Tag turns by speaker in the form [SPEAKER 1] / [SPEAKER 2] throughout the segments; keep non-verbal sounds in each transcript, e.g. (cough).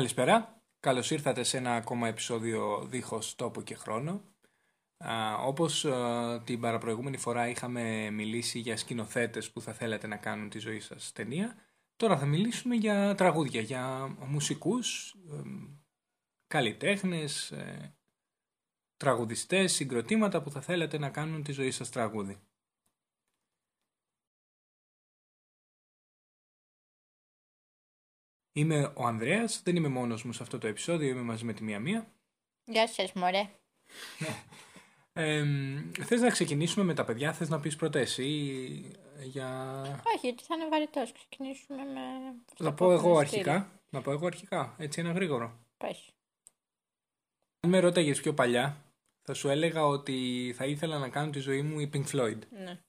[SPEAKER 1] Καλησπέρα. Καλώς ήρθατε σε ένα ακόμα επεισόδιο δίχως τόπο και χρόνο. Α, όπως α, την παραπροηγούμενη φορά είχαμε μιλήσει για σκηνοθέτες που θα θέλατε να κάνουν τη ζωή σας ταινία, τώρα θα μιλήσουμε για τραγούδια, για μουσικούς, εμ, καλλιτέχνες, ε, τραγουδιστές, συγκροτήματα που θα θέλατε να κάνουν τη ζωή σας τραγούδι. Είμαι ο Ανδρέας, δεν είμαι μόνος μου σε αυτό το επεισόδιο, είμαι μαζί με τη μία-μία.
[SPEAKER 2] Γεια σας μωρέ.
[SPEAKER 1] Ε, θες να ξεκινήσουμε με τα παιδιά, θες να πεις πρώτα εσύ για...
[SPEAKER 2] Όχι, γιατί θα είναι βαρετός. Ξεκινήσουμε με.
[SPEAKER 1] Να πω εγώ αρχικά. Να πω εγώ αρχικά, έτσι ένα γρήγορο.
[SPEAKER 2] Πες.
[SPEAKER 1] Αν με ρώταγες πιο παλιά, θα σου έλεγα ότι θα ήθελα να κάνω τη ζωή μου η Pink Floyd.
[SPEAKER 2] Ναι.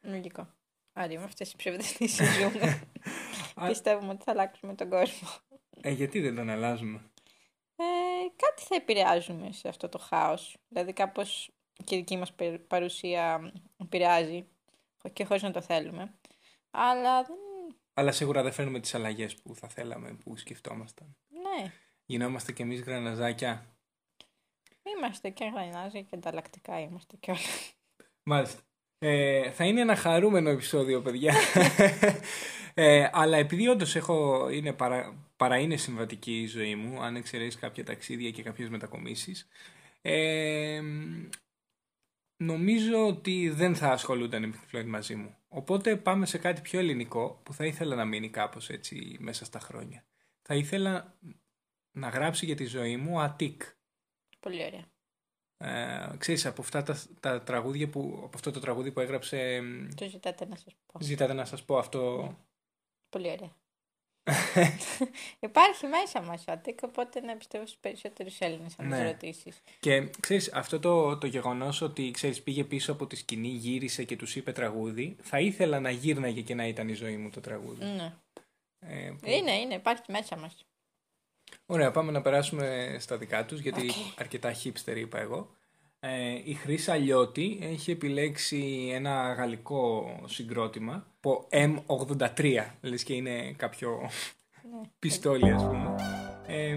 [SPEAKER 2] Λογικό. Άρα με αυτέ οι ψευδεστήσεις ζούμε.
[SPEAKER 1] (laughs) Α-
[SPEAKER 2] Πιστεύουμε ότι θα αλλάξουμε τον κόσμο.
[SPEAKER 1] Ε, γιατί δεν τον αλλάζουμε.
[SPEAKER 2] Ε, κάτι θα επηρεάζουμε σε αυτό το χάος. Δηλαδή κάπως και η δική μας περ- παρουσία επηρεάζει και χωρίς να το θέλουμε. Αλλά δεν...
[SPEAKER 1] Αλλά σίγουρα δεν φέρνουμε τις αλλαγές που θα θέλαμε, που σκεφτόμασταν.
[SPEAKER 2] Ναι,
[SPEAKER 1] Γινόμαστε κι εμείς γραναζάκια.
[SPEAKER 2] είμαστε και γρανάζοι και ανταλλακτικά είμαστε και όλα.
[SPEAKER 1] Μάλιστα. Ε, θα είναι ένα χαρούμενο επεισόδιο, παιδιά. ε, αλλά επειδή όντως έχω, είναι παρά, παρά είναι συμβατική η ζωή μου, αν εξαιρέσεις κάποια ταξίδια και κάποιες μετακομίσεις, ε, νομίζω ότι δεν θα ασχολούνταν οι Pink Floyd μαζί μου. Οπότε πάμε σε κάτι πιο ελληνικό που θα ήθελα να μείνει κάπως έτσι μέσα στα χρόνια. Θα ήθελα να γράψει για τη ζωή μου Αττικ.
[SPEAKER 2] Πολύ ωραία.
[SPEAKER 1] Ε, ξέρεις, από αυτά τα, τα τραγούδια που, από αυτό το τραγούδι που έγραψε εμ,
[SPEAKER 2] Το ζητάτε να σας πω.
[SPEAKER 1] Ζητάτε να σας πω αυτό.
[SPEAKER 2] Πολύ ωραία. (laughs) Υπάρχει μέσα μας ο Αττικ, οπότε να πιστεύω στους περισσότερους Έλληνες αν τους
[SPEAKER 1] Ναι.
[SPEAKER 2] ρωτήσεις.
[SPEAKER 1] Και ξέρεις, αυτό το, το γεγονός ότι ξέρεις, πήγε πίσω από τη σκηνή, γύρισε και τους είπε τραγούδι, θα ήθελα να γύρναγε και να ήταν η ζωή μου το τραγούδι.
[SPEAKER 2] Ναι.
[SPEAKER 1] Ε, που-
[SPEAKER 2] Είναι, είναι, υπάρχει μέσα μας.
[SPEAKER 1] Ωραία, πάμε να περάσουμε στα δικά τους, γιατί
[SPEAKER 2] Οκ.
[SPEAKER 1] αρκετά hipster είπα εγώ. Ε, η Χρύσα Λιώτη έχει επιλέξει ένα γαλλικό συγκρότημα από M83, λες και είναι κάποιο
[SPEAKER 2] Ναι.
[SPEAKER 1] πιστόλι ας πούμε. Ε,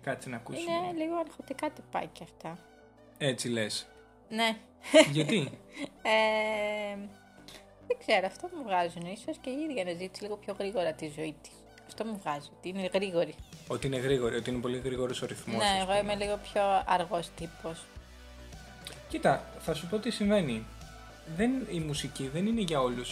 [SPEAKER 1] κάτσε να ακούσουμε.
[SPEAKER 2] Είναι λίγο αρχοντικά τυπάκια και αυτά.
[SPEAKER 1] Έτσι
[SPEAKER 2] (laughs)
[SPEAKER 1] λες.
[SPEAKER 2] Ναι.
[SPEAKER 1] Γιατί?
[SPEAKER 2] Ε, δεν ξέρω, αυτό μου βγάζουν. Ίσως και η ίδια να ζήτησε λίγο πιο γρήγορα τη ζωή της. Αυτό μου βγάζει, ότι είναι γρήγορη.
[SPEAKER 1] Ότι είναι γρήγορη, ότι είναι πολύ γρήγορος ο ρυθμός.
[SPEAKER 2] ναι, εγώ είμαι λίγο πιο αργός τύπος.
[SPEAKER 1] Κοίτα, θα σου πω τι συμβαίνει. Δεν, η μουσική δεν είναι για όλους.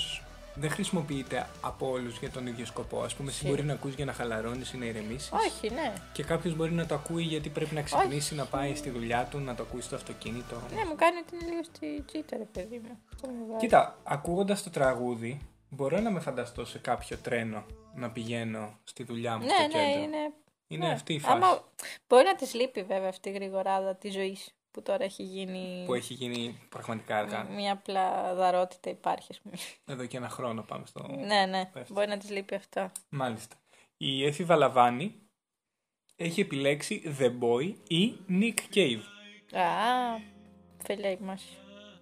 [SPEAKER 1] Δεν χρησιμοποιείται από όλους για τον ίδιο σκοπό. Ας πούμε, εσύ
[SPEAKER 2] Σίγουρα.
[SPEAKER 1] μπορεί να ακούς για να χαλαρώνεις ή να ηρεμήσεις.
[SPEAKER 2] Όχι, ναι.
[SPEAKER 1] Και κάποιος μπορεί να το ακούει γιατί πρέπει να ξυπνήσει, να πάει στη δουλειά του, να το ακούει στο αυτοκίνητο.
[SPEAKER 2] Ναι, μου κάνει ότι είναι λίγο στη τσίτα, ρε παιδί μου. Αυτό μου βγάζει.
[SPEAKER 1] Κοίτα, ακούγοντας το τραγούδι, μπορώ να με φανταστώ σε κάποιο τρένο να πηγαίνω στη δουλειά μου στο
[SPEAKER 2] Ναι, ναι,
[SPEAKER 1] κέντρο.
[SPEAKER 2] είναι.
[SPEAKER 1] Είναι
[SPEAKER 2] ναι.
[SPEAKER 1] αυτή η φάση
[SPEAKER 2] Άμα... Μπορεί να της λείπει βέβαια αυτή η γρηγοράδα της ζωής που τώρα έχει γίνει.
[SPEAKER 1] που έχει γίνει πραγματικά αργά.
[SPEAKER 2] Μια απλά δαρότητα υπάρχει, ας πούμε.
[SPEAKER 1] Εδώ και ένα χρόνο πάμε στο.
[SPEAKER 2] ναι, ναι.
[SPEAKER 1] πέφτει.
[SPEAKER 2] Μπορεί να της λείπει αυτό.
[SPEAKER 1] Μάλιστα. Η Εφη Βαλαβάνη έχει επιλέξει The Boy ή Nick Cave.
[SPEAKER 2] Α, φίλε μας.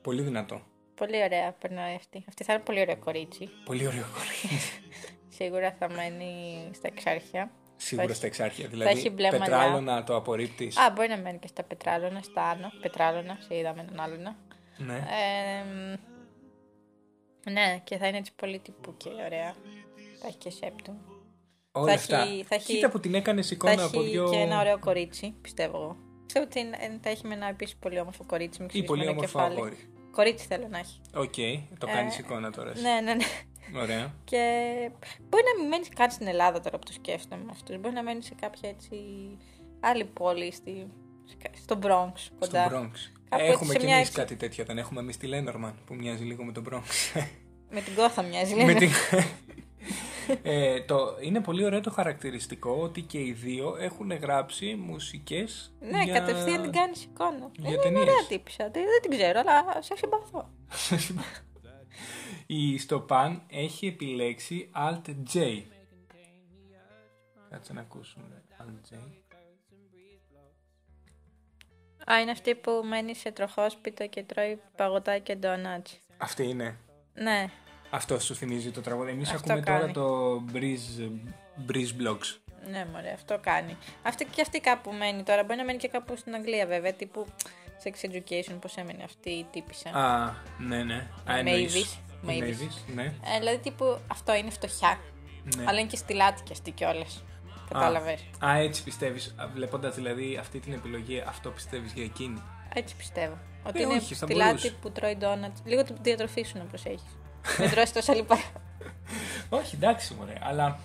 [SPEAKER 1] Πολύ δυνατό.
[SPEAKER 2] Πολύ ωραία περνάει αυτή. Αυτή θα είναι πολύ ωραία κορίτσι.
[SPEAKER 1] Πολύ ωραίο κορίτσι.
[SPEAKER 2] Σίγουρα θα μένει στα εξάρχεια.
[SPEAKER 1] Σίγουρα
[SPEAKER 2] έχει-
[SPEAKER 1] στα εξάρχεια.
[SPEAKER 2] έχει
[SPEAKER 1] Δηλαδή,
[SPEAKER 2] μπλε μαλλιά.
[SPEAKER 1] πετράλωνα το απορρίπτεις.
[SPEAKER 2] Α, μπορεί να μένει και στα πετράλωνα, στα άνω. Πετράλωνα, σε είδαμε έναν άλλον.
[SPEAKER 1] Ναι.
[SPEAKER 2] Ε, μ, ναι, και θα είναι έτσι πολύ τυπού και ωραία. Θα έχει και σέπτου.
[SPEAKER 1] Όλα
[SPEAKER 2] έχει-
[SPEAKER 1] αυτά.
[SPEAKER 2] θα έχει-
[SPEAKER 1] Κοίτα που την έκανε
[SPEAKER 2] Θα
[SPEAKER 1] εικόνα από
[SPEAKER 2] έχει
[SPEAKER 1] δύο.
[SPEAKER 2] και ένα ωραίο κορίτσι, πιστεύω εγώ. Πιστεύω ότι ε, θα έχει με ένα επίσης πολύ όμορφο κορίτσι. Μην
[SPEAKER 1] ή πολύ
[SPEAKER 2] ξυρισμένο
[SPEAKER 1] όμορφο
[SPEAKER 2] κεφάλι.
[SPEAKER 1] αγόρι.
[SPEAKER 2] Κορίτσι θέλω να έχει.
[SPEAKER 1] Οκ, το κάνεις εικόνα τώρα. εσύ.
[SPEAKER 2] Ναι, Ε, ναι, ναι.
[SPEAKER 1] Ωραία.
[SPEAKER 2] Και μπορεί να μην μένεις καν στην Ελλάδα τώρα που το σκέφτομαι αυτό. Μπορεί να μένεις σε κάποια έτσι άλλη πόλη, στη, στο Bronx
[SPEAKER 1] Στο
[SPEAKER 2] κοντά.
[SPEAKER 1] Bronx.
[SPEAKER 2] Κάπου
[SPEAKER 1] έχουμε
[SPEAKER 2] έτσι
[SPEAKER 1] κι
[SPEAKER 2] σε μια
[SPEAKER 1] εμεί
[SPEAKER 2] έτσι.
[SPEAKER 1] κάτι τέτοιο. Δεν έχουμε εμείς τη Λένορμαν που μοιάζει λίγο με τον Bronx.
[SPEAKER 2] Με την Κόθα μοιάζει,
[SPEAKER 1] Με
[SPEAKER 2] (laughs) λέμε.
[SPEAKER 1] την- ε, το, είναι πολύ ωραίο το χαρακτηριστικό ότι και οι δύο έχουν γράψει μουσικές
[SPEAKER 2] Ναι,
[SPEAKER 1] για...
[SPEAKER 2] κατευθείαν την κάνει εικόνα. Ε,
[SPEAKER 1] για
[SPEAKER 2] είναι
[SPEAKER 1] ταινίες.
[SPEAKER 2] ωραία τύπησα. Δεν, δεν την ξέρω, αλλά σε συμπαθώ.
[SPEAKER 1] Η Στοπάν έχει επιλέξει Alt J. Κάτσε να ακούσουμε. Alt J.
[SPEAKER 2] Α, είναι αυτή που μένει σε τροχόσπιτο και τρώει παγωτά και ντονάτς.
[SPEAKER 1] Αυτή είναι.
[SPEAKER 2] Ναι,
[SPEAKER 1] Αυτό σου θυμίζει το τραγούδι. Εμείς
[SPEAKER 2] Αυτό
[SPEAKER 1] ακούμε τώρα
[SPEAKER 2] κάνει.
[SPEAKER 1] το Breeze, Breeze Blocks.
[SPEAKER 2] Ναι, μωρέ, αυτό κάνει. Αυτή και αυτή κάπου μένει τώρα. Μπορεί να μένει και κάπου στην Αγγλία, βέβαια. Τύπου sex education, πώς έμενε αυτή η τύπησα.
[SPEAKER 1] Α, ναι, ναι. Α, εννοείς. Η
[SPEAKER 2] Mavis. Mavis.
[SPEAKER 1] Mavis, ναι.
[SPEAKER 2] Ε, δηλαδή, τύπου αυτό είναι φτωχιά.
[SPEAKER 1] Ναι.
[SPEAKER 2] Αλλά είναι και στυλάτη και αυτή κιόλας. Κατάλαβε.
[SPEAKER 1] Α, α, έτσι πιστεύεις. Βλέποντας δηλαδή αυτή την επιλογή, αυτό πιστεύεις για εκείνη.
[SPEAKER 2] Έτσι πιστεύω. Ότι
[SPEAKER 1] Ε,
[SPEAKER 2] είναι
[SPEAKER 1] όχι, θα
[SPEAKER 2] στυλάτη
[SPEAKER 1] μπορούσε.
[SPEAKER 2] που τρώει ντόνατ. Λίγο την διατροφή σου να προσέχεις.
[SPEAKER 1] (laughs)
[SPEAKER 2] Δεν τρώσει τόσα λοιπά.
[SPEAKER 1] Ναι. Όχι, εντάξει, μωρέ, αλλά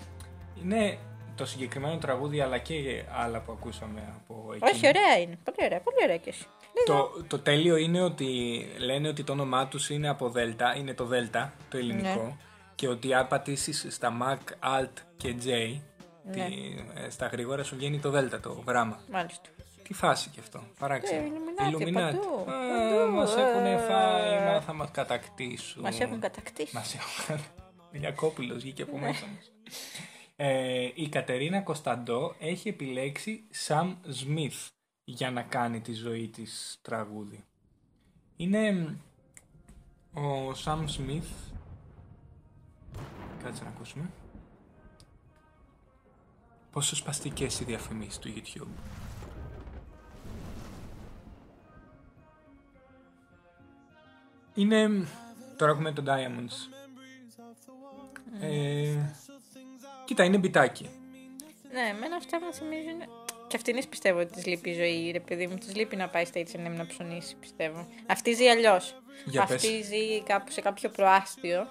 [SPEAKER 1] είναι το συγκεκριμένο τραγούδι αλλά και άλλα που ακούσαμε από εκείνη.
[SPEAKER 2] Όχι, ωραία είναι. Πολύ ωραία, πολύ ωραία κι εσύ. Ναι,
[SPEAKER 1] Το, το τέλειο είναι ότι λένε ότι το όνομά τους είναι από Δέλτα, είναι το Δέλτα, το ελληνικό.
[SPEAKER 2] Ναι.
[SPEAKER 1] Και ότι αν πατήσεις στα Mac, Alt και J,
[SPEAKER 2] Ναι.
[SPEAKER 1] τη, ε, στα γρήγορα σου βγαίνει το Δέλτα, το γράμμα.
[SPEAKER 2] Μάλιστα.
[SPEAKER 1] Τι φάση κι αυτό, παράξενο.
[SPEAKER 2] Ε, Illuminati, παντού, παντού,
[SPEAKER 1] Μας
[SPEAKER 2] ε.
[SPEAKER 1] έχουν φάει, μα θα μας κατακτήσουν.
[SPEAKER 2] Μας έχουν κατακτήσει.
[SPEAKER 1] Μας έχουν. Λιακόπουλο βγήκε από μέσα μας. Ε, η Κατερίνα Κωνσταντό έχει επιλέξει Sam Smith για να κάνει τη ζωή της τραγούδι. Είναι μ, ο Sam Smith. Κάτσε να ακούσουμε. Πόσο σπαστικές οι διαφημίσεις του YouTube. Είναι. Τώρα έχουμε το Diamonds. Ε, κοίτα, είναι μπιτάκι.
[SPEAKER 2] Ναι, εμένα αυτά μου θυμίζουν. Και αυτήν πιστεύω ότι της λείπει η ζωή, ρε παιδί μου. Της λείπει να πάει στα H&M να ψωνίσει, πιστεύω. Αυτή ζει αλλιώς.
[SPEAKER 1] Για πες.
[SPEAKER 2] Αυτή ζει κάπου σε κάποιο προάστιο.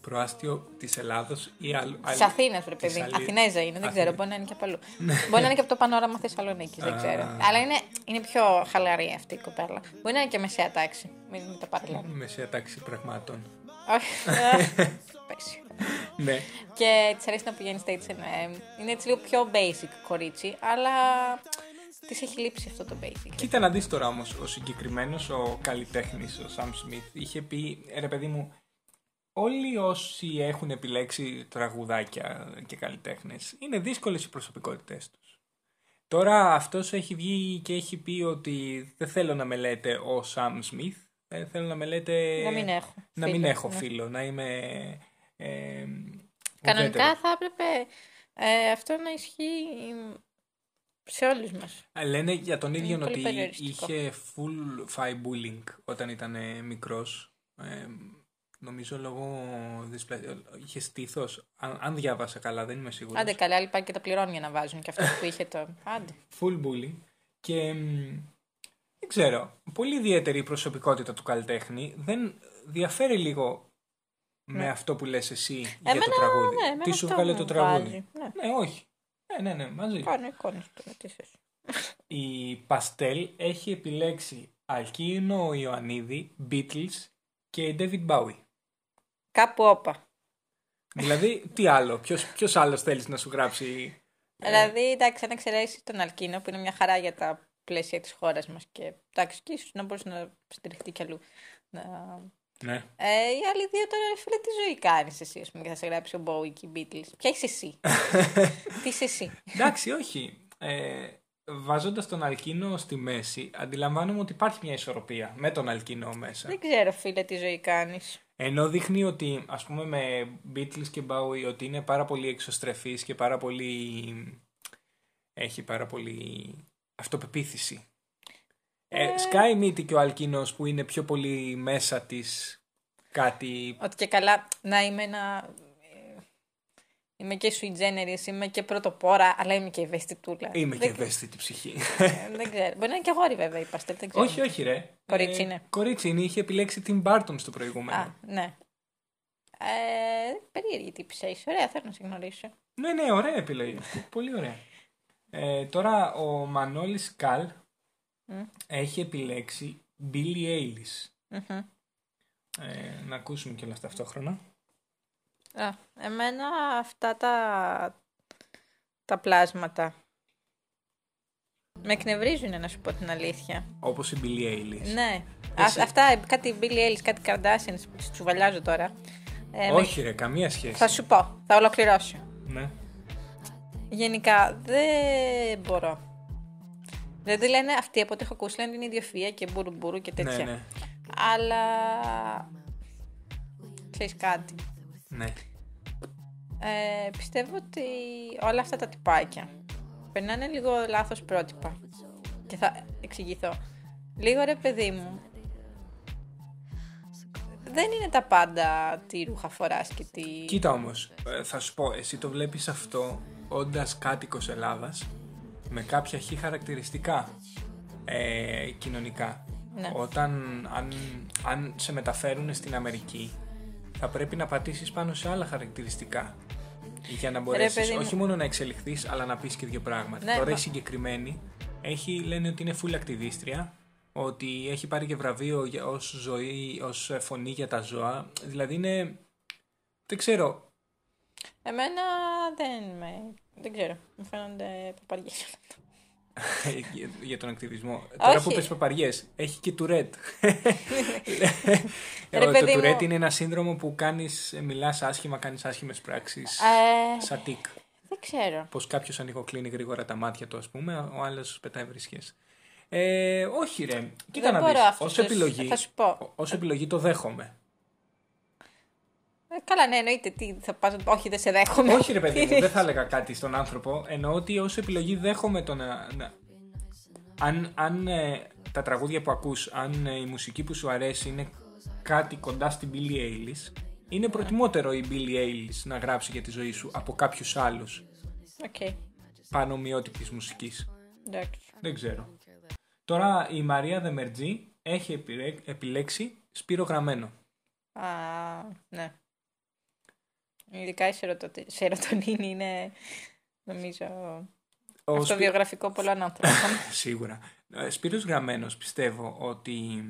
[SPEAKER 1] Προάστιο της Ελλάδος ή άλλο.
[SPEAKER 2] Της Αθήνας, ρε παιδί.
[SPEAKER 1] Θεσσαλία.
[SPEAKER 2] Αθηνέζα είναι, δεν ξέρω.
[SPEAKER 1] Αθήνα. Ναι.
[SPEAKER 2] Μπορεί να είναι
[SPEAKER 1] (laughs)
[SPEAKER 2] και από αλλού. μπορεί να είναι και από το πανόραμα Θεσσαλονίκης, δεν
[SPEAKER 1] Α.
[SPEAKER 2] ξέρω. Αλλά είναι, είναι πιο χαλαρή αυτή η κοπέλα. Μπορεί να είναι και μεσαία τάξη. Μην μην τα παραλέμε.
[SPEAKER 1] Μεσαία τάξη πραγμάτων. (laughs)
[SPEAKER 2] Όχι. Πέσει.
[SPEAKER 1] ναι.
[SPEAKER 2] Και της αρέσει να πηγαίνει στα H&M. Είναι έτσι λίγο πιο basic κορίτσι, αλλά της έχει λείψει αυτό το basic.
[SPEAKER 1] Κοίτα να δεις τώρα όμως, ο συγκεκριμένος ο καλλιτέχνης, ο Sam Smith, είχε πει, «Ε, ρε παιδί μου, όλοι όσοι έχουν επιλέξει τραγουδάκια και καλλιτέχνες, είναι δύσκολες οι προσωπικότητές τους. Τώρα αυτός έχει βγει και έχει πει ότι δεν θέλω να με λέτε ο Sam Smith, ε, θέλω να με λέτε...
[SPEAKER 2] Να μην έχω
[SPEAKER 1] Να μην
[SPEAKER 2] φίλο,
[SPEAKER 1] έχω
[SPEAKER 2] ναι.
[SPEAKER 1] φίλο, να είμαι... Ε,
[SPEAKER 2] Κανονικά
[SPEAKER 1] ουδέτερος.
[SPEAKER 2] θα έπρεπε ε, αυτό να ισχύει σε όλους μας.
[SPEAKER 1] Α, Λένε για τον ίδιο
[SPEAKER 2] πολύ
[SPEAKER 1] ότι
[SPEAKER 2] περιοριστικό.
[SPEAKER 1] είχε full φάει bullying όταν ήταν ε, μικρός. Ε, νομίζω λόγω δυσπλα... είχε στήθος. Αν, αν διάβασα καλά, δεν είμαι σίγουρος.
[SPEAKER 2] Άντε καλά, άλλοι πάνε και τα πληρώνουν για να βάζουν και αυτό που είχε το. Άντε.
[SPEAKER 1] Full bullying. Και μ, δεν ξέρω. Πολύ ιδιαίτερη η προσωπικότητα του καλλιτέχνη. Δεν διαφέρει λίγο με αυτό που λες εσύ για το
[SPEAKER 2] Ναι. Εμένα,
[SPEAKER 1] τραγούδι.
[SPEAKER 2] ναι, εμένα
[SPEAKER 1] Τι σου
[SPEAKER 2] αυτό
[SPEAKER 1] βγάλε
[SPEAKER 2] μου
[SPEAKER 1] το τραγούδι.
[SPEAKER 2] βάζει, ναι.
[SPEAKER 1] ναι, όχι. Ναι, ναι, ναι, μαζί.
[SPEAKER 2] Πάνω εικόνες τώρα, τι θες.
[SPEAKER 1] Η Παστέλ έχει επιλέξει Αλκίνο Ιωαννίδη, Beatles και David Bowie.
[SPEAKER 2] Κάπου όπα.
[SPEAKER 1] δηλαδή, τι άλλο, ποιος, ποιος άλλος θέλεις να σου γράψει... ε,
[SPEAKER 2] Δηλαδή, εντάξει, αν εξαιρέσεις τον Αλκίνο που είναι μια χαρά για τα πλαίσια της χώρας μας και εντάξει, και ίσως να μπορούσε να στηριχτεί κι αλλού. Να...
[SPEAKER 1] Ναι.
[SPEAKER 2] Ε, οι άλλοι δύο τώρα, ρε φίλε, τι ζωή κάνεις εσύ, ας πούμε, και θα σε γράψει ο Bowie και οι Beatles. Ποια είσαι
[SPEAKER 1] (laughs)
[SPEAKER 2] εσύ. τι είσαι εσύ.
[SPEAKER 1] Εντάξει, όχι. Ε, βάζοντας τον Αλκίνο στη μέση, αντιλαμβάνομαι ότι υπάρχει μια ισορροπία με τον Αλκίνο μέσα.
[SPEAKER 2] Δεν ξέρω, φίλε, τι ζωή κάνεις.
[SPEAKER 1] Ενώ δείχνει ότι, ας πούμε, με Beatles και Bowie, ότι είναι πάρα πολύ εξωστρεφής και πάρα πολύ... έχει πάρα πολύ αυτοπεποίθηση. Ε, σκάει μύτη και ο Αλκίνος που είναι πιο πολύ μέσα της κάτι...
[SPEAKER 2] Ότι και καλά να είμαι ένα. ε, Είμαι και sui generis, είμαι και πρωτοπόρα, αλλά είμαι και ευαισθητούλα.
[SPEAKER 1] Είμαι και
[SPEAKER 2] δεν,
[SPEAKER 1] ευαίσθητη
[SPEAKER 2] (laughs)
[SPEAKER 1] ψυχή.
[SPEAKER 2] ε, δεν ξέρω. Μπορεί να είναι και αγόρι βέβαια η παστέλ, δεν ξέρω.
[SPEAKER 1] όχι, όχι ρε.
[SPEAKER 2] Κορίτσι
[SPEAKER 1] Ε,
[SPEAKER 2] είναι.
[SPEAKER 1] κορίτσι είναι, είχε επιλέξει την Barton στο
[SPEAKER 2] Α,
[SPEAKER 1] προηγούμενο.
[SPEAKER 2] ναι. Ε, περίεργη τύπησα είσαι. Ωραία, θέλω να σε γνωρίσω.
[SPEAKER 1] Ναι, ναι, ωραία
[SPEAKER 2] (laughs)
[SPEAKER 1] επιλογή. Πολύ ωραία. Ε, τώρα ο Μανώλης Καλ
[SPEAKER 2] Μμ.
[SPEAKER 1] έχει επιλέξει Billie Eilish.
[SPEAKER 2] Μμμ.
[SPEAKER 1] Ε, να ακούσουμε κιόλας ταυτόχρονα.
[SPEAKER 2] Α, εμένα αυτά τα, τα πλάσματα με εκνευρίζουν να σου πω την αλήθεια.
[SPEAKER 1] Όπως η Billie Eilish.
[SPEAKER 2] Ναι.
[SPEAKER 1] Εσύ.
[SPEAKER 2] Α- αυτά, κάτι Billy Eilish, κάτι Kardashian, τις τσουβαλιάζω τώρα. Ε, με
[SPEAKER 1] Όχι ρε, καμία σχέση.
[SPEAKER 2] Θα σου πω, θα ολοκληρώσω.
[SPEAKER 1] Ναι.
[SPEAKER 2] Γενικά δεν μπορώ. Δηλαδή λένε αυτοί από ό,τι έχω ακούσει λένε είναι ιδιοφυΐα και μπουρουμπουρου και
[SPEAKER 1] ναι,
[SPEAKER 2] τέτοια.
[SPEAKER 1] ναι,
[SPEAKER 2] Αλλά. ξέρεις κάτι.
[SPEAKER 1] ναι.
[SPEAKER 2] ε, πιστεύω ότι όλα αυτά τα τυπάκια περνάνε λίγο λάθος πρότυπα. Και θα εξηγηθώ. Λίγο ρε παιδί μου, δεν είναι τα πάντα τι ρούχα φοράς και τι...
[SPEAKER 1] Κοίτα όμως, ε, θα σου πω, εσύ το βλέπεις αυτό όντας κάτοικος Ελλάδας με κάποια χι χαρακτηριστικά ε, κοινωνικά.
[SPEAKER 2] Ναι.
[SPEAKER 1] Όταν, αν, αν σε μεταφέρουν στην Αμερική, θα πρέπει να πατήσεις πάνω σε άλλα χαρακτηριστικά. Για να μπορέσεις
[SPEAKER 2] παιδί μου.
[SPEAKER 1] όχι μόνο να εξελιχθείς, αλλά να πεις και δύο πράγματα.
[SPEAKER 2] Ναι,
[SPEAKER 1] Τώρα η
[SPEAKER 2] μα-
[SPEAKER 1] συγκεκριμένη έχει, λένε ότι είναι full ακτιβίστρια, ότι έχει πάρει και βραβείο για- ως ζωή, ως ε, φωνή για τα ζώα. Δηλαδή είναι, δεν ξέρω, (laughs)
[SPEAKER 2] Εμένα δεν με... Δεν ξέρω, μου φαίνονται παπαριές.
[SPEAKER 1] για- για τον ακτιβισμό. Τώρα που
[SPEAKER 2] Όχι.
[SPEAKER 1] πες παπαριές, έχει και
[SPEAKER 2] (laughs)
[SPEAKER 1] τουρέτ.
[SPEAKER 2] Ρε,
[SPEAKER 1] το
[SPEAKER 2] παιδί μου.
[SPEAKER 1] τουρέτ είναι ένα σύνδρομο που κάνεις, ε, μιλάς άσχημα, κάνεις άσχημες πράξεις.
[SPEAKER 2] Ε,
[SPEAKER 1] Σαν τικ.
[SPEAKER 2] δεν ξέρω.
[SPEAKER 1] Πως κάποιος ανοιγοκλίνει γρήγορα τα μάτια του ας πούμε, ο άλλος πετάει βρισκές. Ε, όχι ρε, κοίτα
[SPEAKER 2] Δεν
[SPEAKER 1] να
[SPEAKER 2] μπορώ
[SPEAKER 1] δεις,
[SPEAKER 2] αυτό
[SPEAKER 1] ως
[SPEAKER 2] το σ-
[SPEAKER 1] επιλογή,
[SPEAKER 2] θα σου πω.
[SPEAKER 1] ω- ως επιλογή το
[SPEAKER 2] (laughs)
[SPEAKER 1] δέχομαι.
[SPEAKER 2] Ε, καλά, ναι, εννοείται. Τι θα πας... Όχι, δεν σε δέχομαι.
[SPEAKER 1] όχι ρε παιδί μου, δεν θα έλεγα κάτι στον άνθρωπο, εννοώ ότι ως επιλογή δέχομαι το να... να- Αν, αν ε, τα τραγούδια που ακούς, αν ε, η μουσική που σου αρέσει είναι κάτι κοντά στην Billie Eilish, είναι προτιμότερο η Billie Eilish να γράψει για τη ζωή σου από κάποιους άλλους
[SPEAKER 2] (laughs) Οκ,
[SPEAKER 1] πάνω ομοιότυπης μουσικής.
[SPEAKER 2] εντάξει.
[SPEAKER 1] Δεν ξέρω. Τώρα η Μαρία Δεμερτζή έχει επιλέ- επιλέξει Σπύρο Γραμμένο.
[SPEAKER 2] Α, ναι. Ειδικά η σερωτοτε- σερωτονίνη είναι, νομίζω,
[SPEAKER 1] Ο
[SPEAKER 2] αυτό
[SPEAKER 1] Σπύρο-
[SPEAKER 2] βιογραφικό πολλών ανθρώπων.
[SPEAKER 1] Σίγουρα. Ε, Σπύρος Γραμμένος πιστεύω ότι...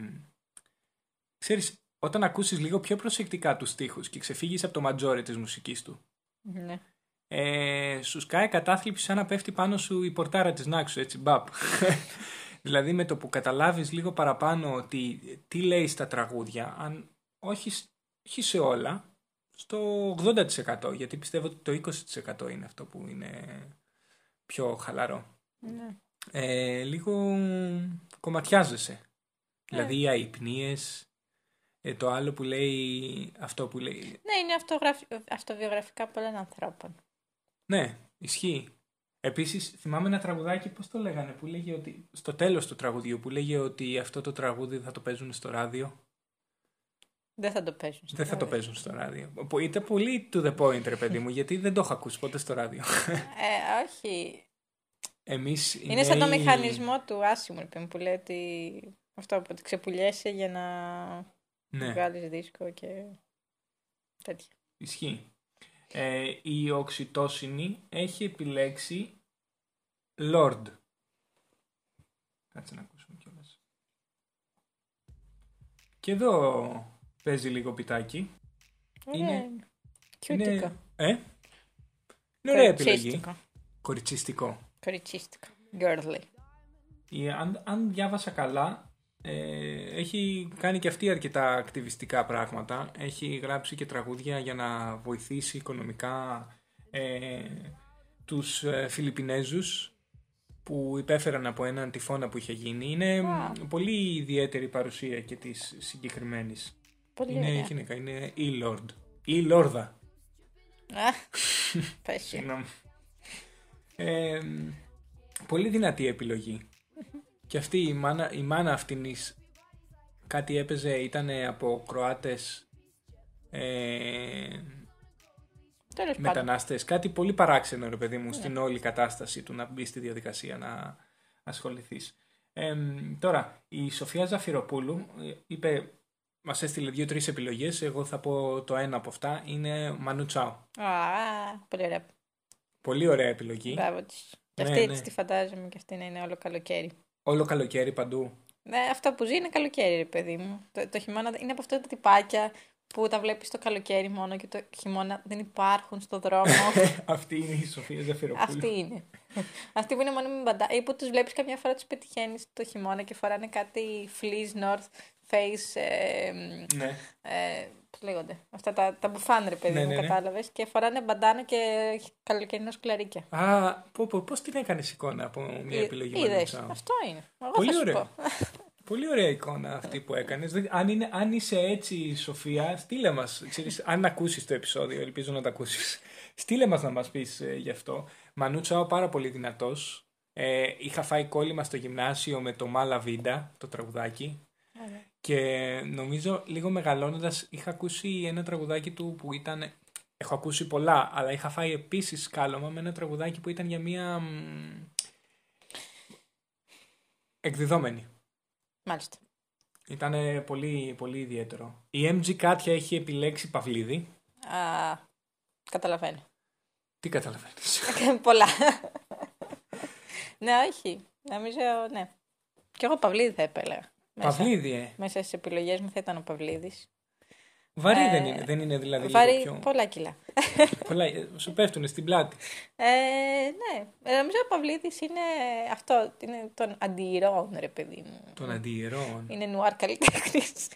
[SPEAKER 1] Ξέρεις, όταν ακούσεις λίγο πιο προσεκτικά τους στίχους και ξεφύγεις από το ματζόρι της μουσικής του,
[SPEAKER 2] ναι.
[SPEAKER 1] ε, σου σκάει κατάθλιψη σαν να πέφτει πάνω σου η πορτάρα της Νάξου, έτσι, μπαπ. (laughs) δηλαδή με το που καταλάβεις λίγο παραπάνω ότι τι λέει στα τραγούδια, αν όχι, σ- όχι σε όλα, στο 80% γιατί πιστεύω ότι το 20% είναι αυτό που είναι πιο χαλαρό.
[SPEAKER 2] ναι.
[SPEAKER 1] Ε, λίγο κομματιάζεσαι. Δηλαδή οι αϊπνίες, ε, το άλλο που λέει, αυτό που λέει,
[SPEAKER 2] Ναι, είναι αυτογραφ- αυτοβιογραφικά πολλών ανθρώπων.
[SPEAKER 1] Ναι, ισχύει. Επίσης, θυμάμαι ένα τραγουδάκι, πώς το λέγανε, που λέγε ότι. Στο τέλος του τραγουδιού, που λέγε ότι αυτό το τραγούδι θα το παίζουν στο ράδιο.
[SPEAKER 2] Δεν θα το παίζουν.
[SPEAKER 1] Δεν θα το
[SPEAKER 2] βέβαια.
[SPEAKER 1] παίζουν στο ράδιο. Που ήταν πολύ to the point, ρε παιδί μου, γιατί δεν το έχω ακούσει ποτέ στο ράδιο.
[SPEAKER 2] Ε, όχι.
[SPEAKER 1] Εμείς.
[SPEAKER 2] Είναι, σαν το μηχανισμό του άσημου, λοιπόν, που λέει ότι αυτό που ότι ξεπουλιέσαι για να
[SPEAKER 1] Ναι,
[SPEAKER 2] βγάλεις δίσκο και τέτοια.
[SPEAKER 1] ισχύει. Ε, η οξυτόσινη έχει επιλέξει Lord. Κάτσε να ακούσουμε κιόλας. Και εδώ παίζει λίγο πιτάκι. Είναι-
[SPEAKER 2] Ωραία Είναι... Κιούτικο.
[SPEAKER 1] Ε? Είναι ωραία επιλογή.
[SPEAKER 2] Κοριτσίστικο.
[SPEAKER 1] Κοριτσιστικό.
[SPEAKER 2] Κοριτσίστικο. Girly.
[SPEAKER 1] Η- αν, αν διάβασα καλά, ε, έχει κάνει και αυτή αρκετά ακτιβιστικά πράγματα. Έχει γράψει και τραγούδια για να βοηθήσει οικονομικά ε, τους ε, Φιλιππινέζους που υπέφεραν από έναν τυφώνα που είχε γίνει. Είναι
[SPEAKER 2] Α.
[SPEAKER 1] μ, πολύ ιδιαίτερη η παρουσία και της συγκεκριμένης.
[SPEAKER 2] Πολύ
[SPEAKER 1] Είναι
[SPEAKER 2] ωραία.
[SPEAKER 1] γυναίκα, είναι η Lord. Η Λόρδα. (laughs)
[SPEAKER 2] Αχ, πες.
[SPEAKER 1] Συγγνώμη. Ε, πολύ δυνατή επιλογή. Και αυτή η μάνα, η μάνα αυτής κάτι έπαιζε, ήταν από Κροάτες ε,
[SPEAKER 2] Τέλος πάντων.
[SPEAKER 1] μετανάστες. Κάτι πολύ παράξενο ρε παιδί μου στην όλη κατάσταση του να μπει στη διαδικασία να ασχοληθείς. Ε, τώρα, η Σοφία Ζαφυροπούλου ε, είπε, μας έστειλε δύο-τρεις επιλογές, εγώ θα πω το ένα από αυτά, είναι Μανου Τσάου.
[SPEAKER 2] Α, πολύ ωραία.
[SPEAKER 1] Πολύ ωραία επιλογή.
[SPEAKER 2] Μπράβο της. Και
[SPEAKER 1] Ναι,
[SPEAKER 2] αυτή
[SPEAKER 1] ναι.
[SPEAKER 2] της τη φαντάζομαι και αυτή να είναι όλο καλοκαίρι.
[SPEAKER 1] Όλο καλοκαίρι παντού.
[SPEAKER 2] Ναι, αυτό που ζει είναι καλοκαίρι, ρε παιδί μου. Το, το χειμώνα είναι από αυτά τα τυπάκια που τα βλέπεις το καλοκαίρι μόνο και το χειμώνα δεν υπάρχουν στο
[SPEAKER 1] (laughs)
[SPEAKER 2] δρόμο.
[SPEAKER 1] Αυτή είναι η Σοφία Ζαφυροπούλου.
[SPEAKER 2] Αυτή είναι. Αυτή που είναι μόνο με μπαντά. ή που τους βλέπεις καμιά φορά τους πετυχαίνεις το χειμώνα και φοράνε κάτι fleece, north face. Ε,
[SPEAKER 1] Ναι.
[SPEAKER 2] ε, πώς λέγονται. Αυτά τα, τα μπουφάν, ρε παιδί
[SPEAKER 1] Ναι,
[SPEAKER 2] μου,
[SPEAKER 1] ναι, ναι.
[SPEAKER 2] κατάλαβες. Και φοράνε μπαντάνα και καλοκαιρινό σκουλαρίκια. Ε,
[SPEAKER 1] Α, πω, πω, πώς την έκανες εικόνα από μια επιλογή
[SPEAKER 2] Είδες.
[SPEAKER 1] Μανουτσάου.
[SPEAKER 2] Αυτό είναι. Εγώ
[SPEAKER 1] Πολύ (laughs)
[SPEAKER 2] θα σου
[SPEAKER 1] ωραίο.
[SPEAKER 2] πω.
[SPEAKER 1] Πολύ ωραία εικόνα αυτή που έκανες. Αν, είναι- αν είσαι έτσι, Σοφία, στείλε μας. Αν ακούσεις το επεισόδιο, ελπίζω να το ακούσεις. Στείλε μας να μας πεις γι' αυτό. Μανούτσαο πάρα πολύ δυνατός. Ε, είχα φάει κόλλημα στο γυμνάσιο με το Μάλα Βίντα, το τραγουδάκι.
[SPEAKER 2] Ωραία.
[SPEAKER 1] Και νομίζω λίγο μεγαλώνοντας, είχα ακούσει ένα τραγουδάκι του που ήταν. Έχω ακούσει πολλά, αλλά είχα φάει επίσης κάλωμα με ένα τραγουδάκι που ήταν για μία. μ, εκδιδόμενη.
[SPEAKER 2] Μάλιστα.
[SPEAKER 1] Ήταν πολύ, πολύ ιδιαίτερο. Η MG Κάτια έχει επιλέξει Παυλίδη.
[SPEAKER 2] Α, καταλαβαίνω. (laughs)
[SPEAKER 1] Τι καταλαβαίνεις.
[SPEAKER 2] Πολλά. ναι, όχι. Νομίζω, ναι. Κι εγώ Παυλίδη θα επέλεγα. Μέσα,
[SPEAKER 1] Παυλίδη, ε.
[SPEAKER 2] μέσα στις επιλογές μου θα ήταν ο Παυλίδης.
[SPEAKER 1] Βαρύ
[SPEAKER 2] Ε,
[SPEAKER 1] δεν είναι, δεν είναι δηλαδή.
[SPEAKER 2] Βάρει
[SPEAKER 1] λίγο πιο...
[SPEAKER 2] πολλά κιλά.
[SPEAKER 1] Πολλά, ε, σου πέφτουν στην πλάτη.
[SPEAKER 2] Ε, ναι, Ε, νομίζω ο Παυλίδης είναι αυτό, είναι των αντιηρών, ρε παιδί μου.
[SPEAKER 1] Των αντιερών.
[SPEAKER 2] Είναι νουάρ καλλιτέχνης. (laughs)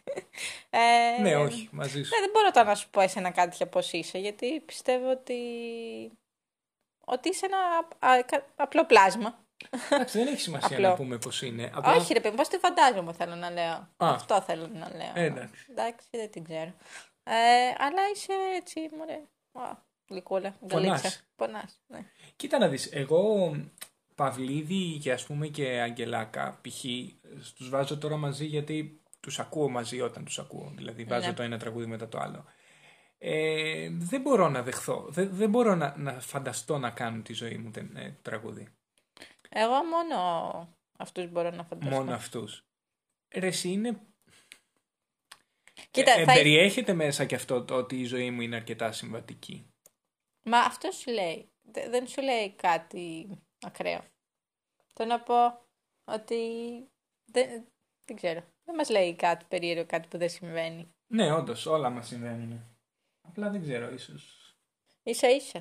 [SPEAKER 2] Ε,
[SPEAKER 1] ναι, όχι, μαζί
[SPEAKER 2] (laughs)
[SPEAKER 1] σου.
[SPEAKER 2] Ναι, δεν μπορώ τώρα να σου πω εσένα κάτι για πώς είσαι, γιατί πιστεύω ότι, ότι είσαι ένα α- κα- απλό πλάσμα.
[SPEAKER 1] Εντάξει, δεν έχει σημασία
[SPEAKER 2] Απλό.
[SPEAKER 1] να πούμε πώς είναι. Απλά-
[SPEAKER 2] Όχι ρε παιδί, πώς τη φαντάζομαι θέλω να λέω. Αυτό θέλω να λέω.
[SPEAKER 1] Εντάξει.
[SPEAKER 2] Εντάξει, δεν την ξέρω. Ε, αλλά είσαι έτσι, μωρέ. Α, Γλυκούλα, γκαλίτσα. Πονάς, ναι.
[SPEAKER 1] Κοίτα να δεις, εγώ Παυλίδη και ας πούμε και Αγγελάκα π.χ. τους βάζω τώρα μαζί γιατί τους ακούω μαζί όταν τους ακούω, δηλαδή βάζω
[SPEAKER 2] Ναι.
[SPEAKER 1] το ένα τραγούδι μετά το άλλο. Ε, δεν μπορώ να δεχθώ, δεν, δεν μπορώ να, να φανταστώ να κάνω τη ζωή μου τε- ε, τραγούδι.
[SPEAKER 2] Εγώ μόνο αυτούς μπορώ να φανταστώ.
[SPEAKER 1] Μόνο αυτούς. Ρε εσύ είναι...
[SPEAKER 2] Κοίτα,
[SPEAKER 1] ε,
[SPEAKER 2] θα... ήθ-
[SPEAKER 1] περιέχεται μέσα και αυτό το ότι η ζωή μου είναι αρκετά συμβατική.
[SPEAKER 2] Μα αυτό σου λέει. Δε- Δεν σου λέει κάτι ακραίο. Το να πω ότι δεν, δεν ξέρω. Δεν μας λέει κάτι περίεργο, κάτι που δεν συμβαίνει.
[SPEAKER 1] Ναι, όντως, όλα μας συμβαίνουν. Απλά δεν ξέρω, ίσως...
[SPEAKER 2] Ίσα ίσα.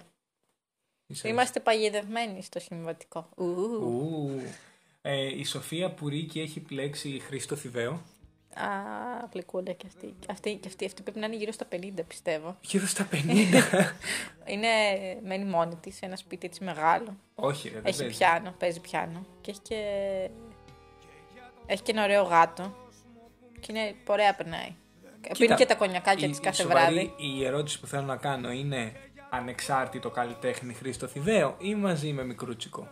[SPEAKER 1] ίσως-
[SPEAKER 2] Είμαστε παγιδευμένοι στο συμβατικό. Ου.
[SPEAKER 1] Ου. Ε, η Σοφία Πουρίκη έχει πλέξει Χρήστο Θηβαίο.
[SPEAKER 2] Α, γλυκούλα και αυτή. Αυτή, και αυτή, αυτή πρέπει να είναι γύρω στα 50, πιστεύω.
[SPEAKER 1] Γύρω στα 50.
[SPEAKER 2] Είναι, μένει μόνη της σε ένα σπίτι έτσι μεγάλο.
[SPEAKER 1] (laughs) Όχι, ρε, δεν
[SPEAKER 2] Έχει
[SPEAKER 1] παίζει.
[SPEAKER 2] πιάνο, παίζει πιάνο. Και έχει και. Έχει και ένα ωραίο γάτο. Και είναι ωραία, περνάει. Πίνει και τα κονιακάκια
[SPEAKER 1] η-
[SPEAKER 2] της κάθε
[SPEAKER 1] η σοβαρή-
[SPEAKER 2] βράδυ.
[SPEAKER 1] Η ερώτηση που θέλω να κάνω είναι ανεξάρτητο καλλιτέχνη Χρήστο Θηβαίο ή μαζί με μικρούτσικο.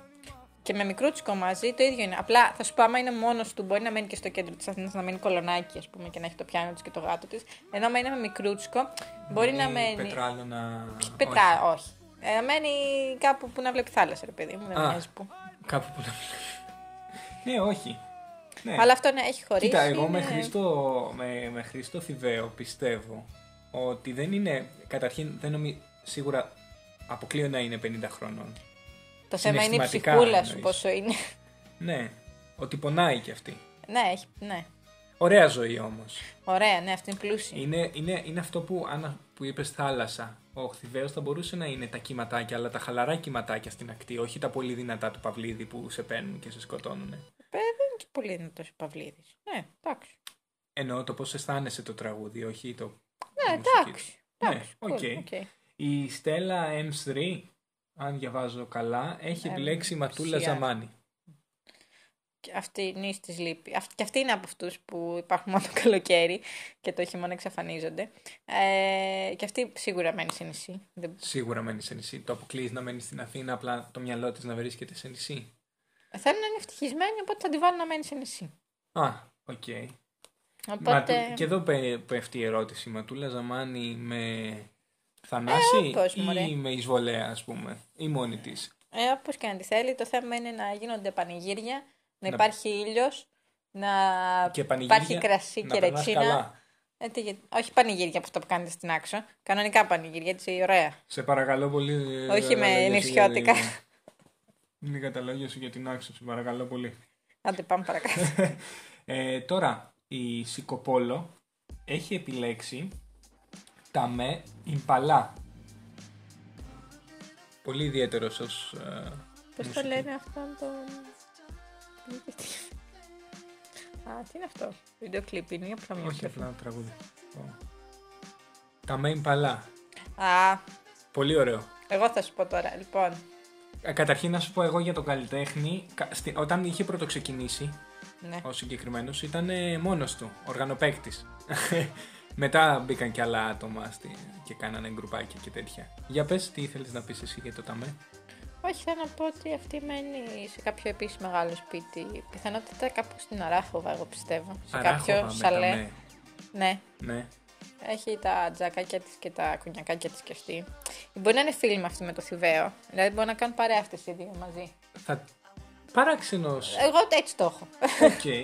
[SPEAKER 2] Και με μικρούτσικο μαζί το ίδιο είναι. Απλά θα σου πω, άμα είναι μόνος του, μπορεί να μένει και στο κέντρο της Αθήνας, να μένει κολονάκι, ας πούμε, και να έχει το πιάνο της και το γάτο της. Ενώ άμα είναι με μικρούτσικο, μπορεί να
[SPEAKER 1] Ή
[SPEAKER 2] μένει.
[SPEAKER 1] Πετράλωνα.
[SPEAKER 2] Πετρά, όχι. Ε, μένει κάπου που να βλέπει θάλασσα, ρε παιδί μου. Δεν
[SPEAKER 1] Α.
[SPEAKER 2] μοιάζει που.
[SPEAKER 1] Όχι, Κάπου που να Ναι, όχι. Ναι.
[SPEAKER 2] Αλλά αυτό ναι, έχει χωρίσει.
[SPEAKER 1] Κοίτα, εγώ με
[SPEAKER 2] είναι-
[SPEAKER 1] Χρήστο, με, με Χρήστο Θηβαίο πιστεύω ότι δεν είναι. Καταρχήν, δεν νομίζω. Σίγουρα αποκλείω να είναι 50 χρονών.
[SPEAKER 2] Το θέμα είναι η
[SPEAKER 1] συναισθηματικά
[SPEAKER 2] ψυχούλας σου,
[SPEAKER 1] εννοείς.
[SPEAKER 2] πόσο είναι. (laughs)
[SPEAKER 1] Ναι, ότι πονάει κι αυτή.
[SPEAKER 2] ναι, έχει, ναι.
[SPEAKER 1] Ωραία ζωή όμως.
[SPEAKER 2] Ωραία, ναι, αυτή είναι πλούσια.
[SPEAKER 1] Είναι, είναι, είναι αυτό που, αν, που είπες θάλασσα. Ο Χθιβαίο θα μπορούσε να είναι τα κύματάκια, αλλά τα χαλαρά κύματάκια στην ακτή, όχι τα πολύ δυνατά του παυλίδι που σε παίρνουν και σε σκοτώνουν.
[SPEAKER 2] Ε, δεν είναι και πολύ δυνατός ο Παυλίδης. Ναι, εντάξει.
[SPEAKER 1] Εννοώ το πώς αισθάνεσαι το τραγούδι, όχι το. τη
[SPEAKER 2] Ναι,
[SPEAKER 1] μουσική
[SPEAKER 2] εντάξει.
[SPEAKER 1] Ναι,
[SPEAKER 2] εντάξει, cool,
[SPEAKER 1] οκ.
[SPEAKER 2] οκ.
[SPEAKER 1] Η Στέλλα M3, αν διαβάζω καλά, έχει
[SPEAKER 2] Ε,
[SPEAKER 1] επιλέξει Ματούλα
[SPEAKER 2] ψιά.
[SPEAKER 1] Ζαμάνη.
[SPEAKER 2] Και Αυτή η νύση τη λείπει. Αυτή, και αυτή είναι από αυτούς που υπάρχουν μόνο το καλοκαίρι και το χειμώνα εξαφανίζονται. Ε, και αυτή σίγουρα μένει σε νησί. Δεν-
[SPEAKER 1] Σίγουρα μένει σε νησί. Το αποκλείεις να μένεις στην Αθήνα, απλά το μυαλό της να βρίσκεται σε νησί.
[SPEAKER 2] Θέλει να είναι ευτυχισμένη, οπότε θα τη βάλω να μένει σε νησί.
[SPEAKER 1] Α, οκ.
[SPEAKER 2] Οπότε.
[SPEAKER 1] Ματου- Και εδώ πέ- πέφτει η ερώτηση. Ματούλα Ζαμάνη με θανάση
[SPEAKER 2] Ε, όπως, μωρέ.
[SPEAKER 1] ή με εισβολέα, ας πούμε, ή μόνη της.
[SPEAKER 2] Ε, Όπως και να της θέλει, το θέμα είναι να γίνονται πανηγύρια, να,
[SPEAKER 1] Να-
[SPEAKER 2] υπάρχει ήλιος, να
[SPEAKER 1] Και πανηγύρια,
[SPEAKER 2] υπάρχει κρασί
[SPEAKER 1] να
[SPEAKER 2] και
[SPEAKER 1] περνάς
[SPEAKER 2] ρετσίνα.
[SPEAKER 1] καλά.
[SPEAKER 2] Ε, τι γιατί- όχι πανηγύρια από αυτά που κάνετε στην άξο. Κανονικά πανηγύρια, έτσι, ωραία.
[SPEAKER 1] Σε παρακαλώ πολύ. ε,
[SPEAKER 2] Όχι με
[SPEAKER 1] τα λόγια σου
[SPEAKER 2] νησιώτικα.
[SPEAKER 1] για την- Λίγα τα λόγια σου για την άξο, σε παρακαλώ πολύ.
[SPEAKER 2] Άντε, πάμε παρακάτω. (laughs)
[SPEAKER 1] Ε, τώρα, η Σικοπόλο έχει επιλέξει τα με Ιμπαλά. Πολύ ιδιαίτερος ως... ε,
[SPEAKER 2] Πώς το
[SPEAKER 1] μουσική.
[SPEAKER 2] λένε αυτό το. Α, τι είναι αυτό. Βίντεο κλιπ είναι ή απλά μια
[SPEAKER 1] Όχι
[SPEAKER 2] φωτογραφία?
[SPEAKER 1] απλά τραγούδι. Τα με Ιμπαλά.
[SPEAKER 2] Α,
[SPEAKER 1] Πολύ ωραίο.
[SPEAKER 2] εγώ θα σου πω τώρα. Λοιπόν,
[SPEAKER 1] Ε, Καταρχήν να σου πω εγώ για τον καλλιτέχνη, κα- στη- όταν είχε πρώτο ξεκινήσει,
[SPEAKER 2] Ναι.
[SPEAKER 1] ο συγκεκριμένος ήταν μόνος του, οργανοπαίκτης. (laughs) Μετά μπήκαν και άλλα άτομα στη... και κάνανε γκρουπάκια και τέτοια. Για πες, τι ήθελες να πεις εσύ για το ΤΑΜΕ.
[SPEAKER 2] Όχι, θα να πω ότι αυτή μένει σε κάποιο επίσης μεγάλο σπίτι. Πιθανότητα κάπου στην Αράχοβα, εγώ πιστεύω. Σε κάποιο σαλέ.
[SPEAKER 1] ΤΑΜΕ.
[SPEAKER 2] Ναι,
[SPEAKER 1] Ναι.
[SPEAKER 2] έχει τα τζακάκια της και τα κονιακάκια τη και αυτή. Μπορεί να είναι φίλοι με αυτή με το Θηβαίο. Δηλαδή μπορεί να κάνουν παρέα αυτές οι δύο μαζί.
[SPEAKER 1] Θα... Παράξενος.
[SPEAKER 2] (laughs) Εγώ έτσι το έχω.
[SPEAKER 1] Οκ.
[SPEAKER 2] Ε,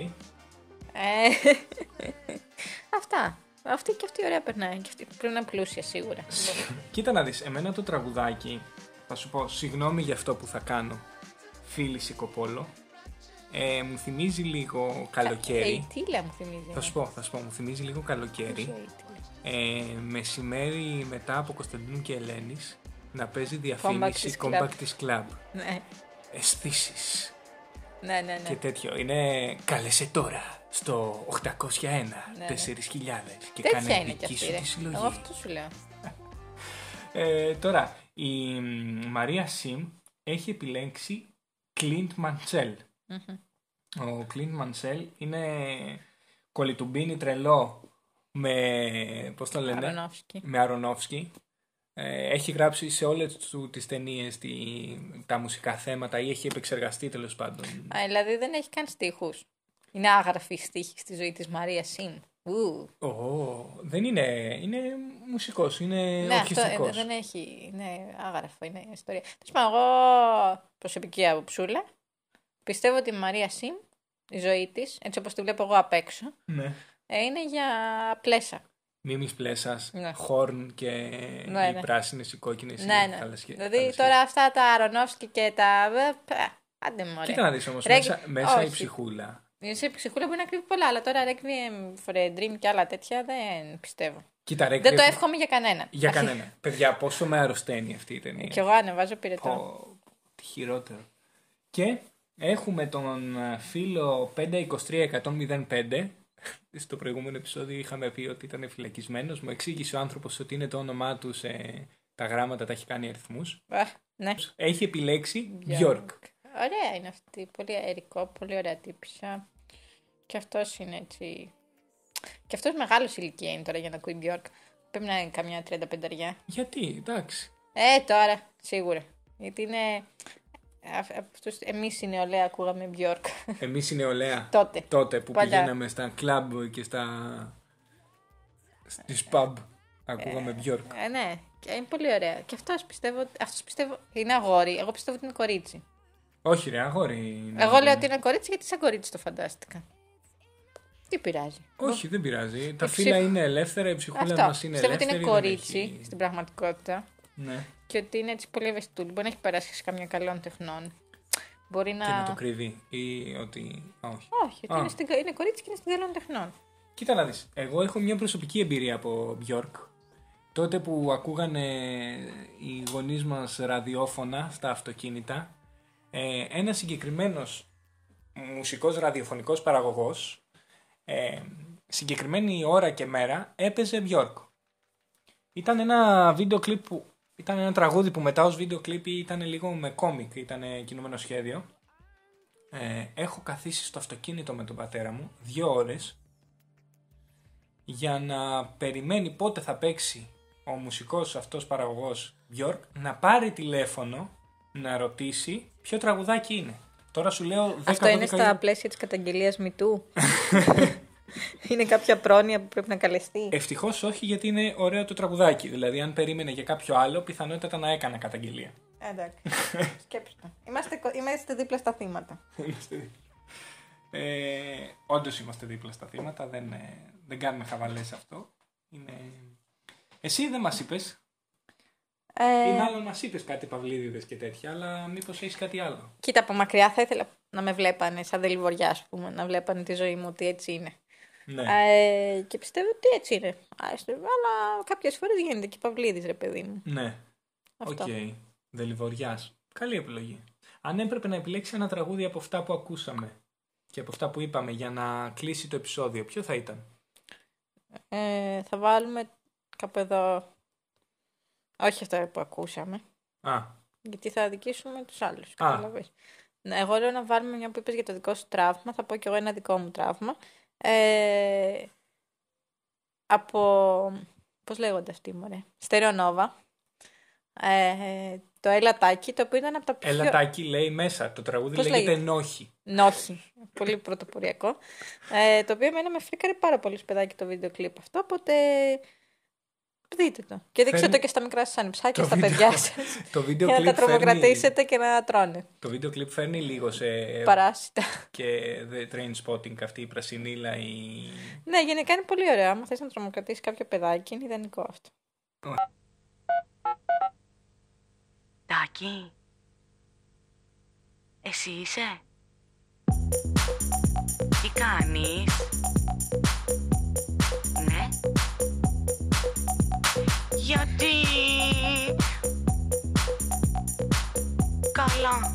[SPEAKER 2] (laughs) Αυτά. Αυτή και αυτή ωραία περνάει. Και αυτή πρέπει να είναι πλούσια σίγουρα.
[SPEAKER 1] Κοίτα να δεις, εμένα το τραγουδάκι, θα σου πω συγγνώμη για αυτό που θα κάνω, φίλη Σικοπόλο, ε, μου θυμίζει λίγο καλοκαίρι.
[SPEAKER 2] Ειτήλα μου θυμίζει.
[SPEAKER 1] Θα σου πω, θα σου πω, μου θυμίζει λίγο καλοκαίρι. Ε, μεσημέρι μετά από Κωνσταντίνου και Ελένης να παίζει διαφήμιση
[SPEAKER 2] Compact is Club.
[SPEAKER 1] Compact is Club.
[SPEAKER 2] Ναι,
[SPEAKER 1] Αισθήσεις
[SPEAKER 2] ναι, ναι.
[SPEAKER 1] και
[SPEAKER 2] ναι.
[SPEAKER 1] τέτοιο. Είναι κάλεσε τώρα στο 801
[SPEAKER 2] Ναι.
[SPEAKER 1] 4000 και
[SPEAKER 2] Τέτοια
[SPEAKER 1] κάνε
[SPEAKER 2] είναι κι
[SPEAKER 1] δική
[SPEAKER 2] αυτή.
[SPEAKER 1] σου
[SPEAKER 2] ρε.
[SPEAKER 1] τη συλλογή.
[SPEAKER 2] Εγώ αυτό σου λέω.
[SPEAKER 1] Ε, τώρα, η μ, Μαρία Σιμ έχει επιλέξει Clint Mansell.
[SPEAKER 2] Μμμ.
[SPEAKER 1] Ο Clint Mansell είναι κολυτουμπίνι τρελό με, πώς το λένε,
[SPEAKER 2] Αρονόφσκι.
[SPEAKER 1] με Αρονόφσκι. Ε, έχει γράψει σε όλες του τις ταινίες τη, τα μουσικά θέματα ή έχει επεξεργαστεί τέλος πάντων.
[SPEAKER 2] Α, δηλαδή δεν έχει καν στίχους. Είναι άγραφη η στίχη στη ζωή της Μαρία Σιμ. Ου.
[SPEAKER 1] Ω, δεν είναι, είναι μουσικός, είναι
[SPEAKER 2] Ναι, αυτό ε,
[SPEAKER 1] ορχιστικός.
[SPEAKER 2] δεν έχει. Ναι, άγραφο είναι η ιστορία. Τέλος πάντων, εγώ προσωπική αποψούλα. Πιστεύω ότι η Μαρία Σιμ, η ζωή της, έτσι όπως τη βλέπω εγώ απ' έξω,
[SPEAKER 1] Ναι.
[SPEAKER 2] ε, είναι για πλέσα.
[SPEAKER 1] Μίμης Πλέσας,
[SPEAKER 2] Ναι.
[SPEAKER 1] Χόρν και
[SPEAKER 2] Ναι,
[SPEAKER 1] οι
[SPEAKER 2] ναι.
[SPEAKER 1] πράσινες, οι κόκκινες,
[SPEAKER 2] ναι,
[SPEAKER 1] οι
[SPEAKER 2] ναι.
[SPEAKER 1] θαλασσιές.
[SPEAKER 2] δηλαδή τώρα αυτά τα Αρονόφσκι και τα. βε, πα, Άντε μου,
[SPEAKER 1] Κοίτα
[SPEAKER 2] ωραία.
[SPEAKER 1] να δεις όμως,
[SPEAKER 2] Ρε,
[SPEAKER 1] μέσα, μέσα η
[SPEAKER 2] όχι.
[SPEAKER 1] ψυχούλα.
[SPEAKER 2] Είναι σε ψυχούλα μπορεί να κρύβει πολλά, αλλά τώρα Requiem for a Dream και άλλα τέτοια δεν πιστεύω.
[SPEAKER 1] Κοίτα ρε,
[SPEAKER 2] Δεν το
[SPEAKER 1] κρύβει-
[SPEAKER 2] εύχομαι για κανέναν.
[SPEAKER 1] Ε, για
[SPEAKER 2] Αρχι-
[SPEAKER 1] κανένα. Παιδιά, πόσο με αρρωσταίνει αυτή η ταινία.
[SPEAKER 2] Κι εγώ ανεβάζω πυρετό.
[SPEAKER 1] Πω, τι χειρότερο. Και έχουμε τον ε, φίλο 523105. (laughs) Στο προηγούμενο επεισόδιο είχαμε πει ότι ήταν φυλακισμένος. Μου εξήγησε ο άνθρωπος ότι είναι το όνομά του σε τα γράμματα, τα έχει κάνει αριθμούς.
[SPEAKER 2] Α, ναι.
[SPEAKER 1] Έχει επιλέξει
[SPEAKER 2] Björk.
[SPEAKER 1] Björk.
[SPEAKER 2] Ωραία είναι αυτή. Πολύ αερικό, πολύ ωραία τύπησα. Και αυτός είναι έτσι. Και αυτός μεγάλος ηλικία είναι τώρα για να ακούει Björk. Πρέπει να είναι καμιά 35
[SPEAKER 1] Γιατί, εντάξει.
[SPEAKER 2] Ε, τώρα, σίγουρα. Γιατί είναι. Εμείς η νεολαία ακούγαμε Björk.
[SPEAKER 1] Εμείς η νεολαία
[SPEAKER 2] Τότε.
[SPEAKER 1] τότε που
[SPEAKER 2] Παλιά.
[SPEAKER 1] πηγαίναμε στα κλαμπ και στα... στις pub ακούγαμε Björk.
[SPEAKER 2] Ε, ναι, και είναι πολύ ωραία. Και αυτός πιστεύω. Αυτός πιστεύω είναι αγόρι. Εγώ πιστεύω ότι είναι κορίτσι.
[SPEAKER 1] Όχι ρε, αγόρι. είναι.
[SPEAKER 2] Εγώ λέω ότι είναι κορίτσι γιατί σαν κορίτσι το φαντάστηκα. Τι πειράζει.
[SPEAKER 1] Όχι, δεν πειράζει. Τα
[SPEAKER 2] Η
[SPEAKER 1] φύλλα
[SPEAKER 2] ψυχ-
[SPEAKER 1] είναι ελεύθερα, η ψυχούλα
[SPEAKER 2] Ε, Αυτό.
[SPEAKER 1] μας είναι
[SPEAKER 2] Πιστεύω ότι
[SPEAKER 1] ελεύθερη.
[SPEAKER 2] είναι
[SPEAKER 1] δεν
[SPEAKER 2] κορίτσι
[SPEAKER 1] έχει-
[SPEAKER 2] στην πραγματικότητα
[SPEAKER 1] Ναι,
[SPEAKER 2] και ότι είναι έτσι πολύ ευαισθητούλη. Μπορεί να έχει περάσει σε καμία καλών τεχνών. Μπορεί να.
[SPEAKER 1] και να το κρύβει ή ότι... Α, όχι.
[SPEAKER 2] Όχι, ότι είναι, στην... είναι κορίτσι και είναι στην καλών τεχνών.
[SPEAKER 1] Κοίτα να δεις, εγώ έχω μια προσωπική εμπειρία από Björk. Τότε που ακούγανε οι γονείς μας ραδιόφωνα στα αυτοκίνητα, ε, ένας συγκεκριμένος μουσικός ραδιοφωνικός παραγωγός, ε, συγκεκριμένη ώρα και μέρα, έπαιζε Björk. Ήταν ένα βίντεο κλιπ που... Ήταν ένα τραγούδι που μετά ως βίντεο κλιπ ήταν λίγο με κόμικ, ήταν κινούμενο σχέδιο. Ε, έχω καθίσει στο αυτοκίνητο με τον πατέρα μου δύο ώρες για να περιμένει πότε θα παίξει ο μουσικός αυτός παραγωγός Björk να πάρει τηλέφωνο να ρωτήσει ποιο τραγουδάκι είναι. Τώρα σου λέω 10
[SPEAKER 2] Αυτό είναι στα πλαίσια της καταγγελίας
[SPEAKER 1] (laughs)
[SPEAKER 2] Μητού. (laughs) είναι κάποια πρόνοια που πρέπει να καλεστεί.
[SPEAKER 1] Ευτυχώς όχι, γιατί είναι ωραίο το τραγουδάκι. Δηλαδή, αν περίμενε για κάποιο άλλο, πιθανότατα να έκανα καταγγελία.
[SPEAKER 2] Ε, Εντάξει. Σκέψτε. Είμαστε, κο- είμαστε δίπλα στα θύματα.
[SPEAKER 1] ε, Όντως είμαστε δίπλα στα θύματα, δεν, ε, δεν κάνουμε χαβαλές σε αυτό. Είναι... Εσύ δεν μας είπες,
[SPEAKER 2] Ε,
[SPEAKER 1] ή μάλλον μας είπες κάτι παυλίδιδες και τέτοια, αλλά μήπως έχεις κάτι άλλο.
[SPEAKER 2] Κοίτα, από μακριά θα ήθελα να με βλέπανε, σαν δελιβοριά, ας πούμε, να βλέπανε τη ζωή μου ότι έτσι είναι.
[SPEAKER 1] Ναι.
[SPEAKER 2] Ε, και πιστεύω ότι έτσι είναι. Άστε, Αλλά κάποιες φορές γίνεται και παυλίδης, ρε παιδί μου.
[SPEAKER 1] ναι. Οκ.
[SPEAKER 2] Αυτό.
[SPEAKER 1] Δελιβοριάς. Καλή επιλογή. Αν έπρεπε να επιλέξει ένα τραγούδι από αυτά που ακούσαμε και από αυτά που είπαμε για να κλείσει το επεισόδιο, ποιο θα ήταν.
[SPEAKER 2] Ε, θα βάλουμε κάπου εδώ. Όχι αυτά που ακούσαμε.
[SPEAKER 1] Α,
[SPEAKER 2] Γιατί θα αδικήσουμε τους άλλους. Ναι, Εγώ λέω να βάλουμε μια που είπες για το δικό σου τραύμα, θα πω κι εγώ ένα δικό μου τραύμα. Ε, από, πώς λέγονται αυτοί, μωρέ, Στερεονόβα. Ε, το Ελατάκι, το οποίο ήταν από τα πιο...
[SPEAKER 1] Ελατάκι λέει μέσα. Το τραγούδι
[SPEAKER 2] Πώς
[SPEAKER 1] λέγεται
[SPEAKER 2] λέγεται?
[SPEAKER 1] Νόχι.
[SPEAKER 2] Νόχι, πολύ πρωτοποριακό. Ε, το οποίο εμένα με φρίκαρε πάρα πολύ παιδάκι το βίντεο κλιπ αυτό, οπότε δείτε το. Και δείξτε
[SPEAKER 1] Φέρνει-
[SPEAKER 2] το και στα μικρά σας ανιψάκια,
[SPEAKER 1] Το
[SPEAKER 2] στα
[SPEAKER 1] βίντεο-
[SPEAKER 2] παιδιά σας.
[SPEAKER 1] Το βίντεο
[SPEAKER 2] για να τα
[SPEAKER 1] κλιπ φέρνει,
[SPEAKER 2] τρομοκρατήσετε και να τρώνε.
[SPEAKER 1] το βίντεο κλιπ φέρνει λίγο σε
[SPEAKER 2] Παράσιτα.
[SPEAKER 1] και The Train Spotting αυτή η πρασινίλα η...
[SPEAKER 2] Ναι, γενικά είναι πολύ ωραίο. Άμα θες να τρομοκρατήσεις κάποιο παιδάκι, είναι ιδανικό αυτό.
[SPEAKER 3] Τάκη, εσύ είσαι. Τι κάνεις. Ναι. E Γιατί. Καλά.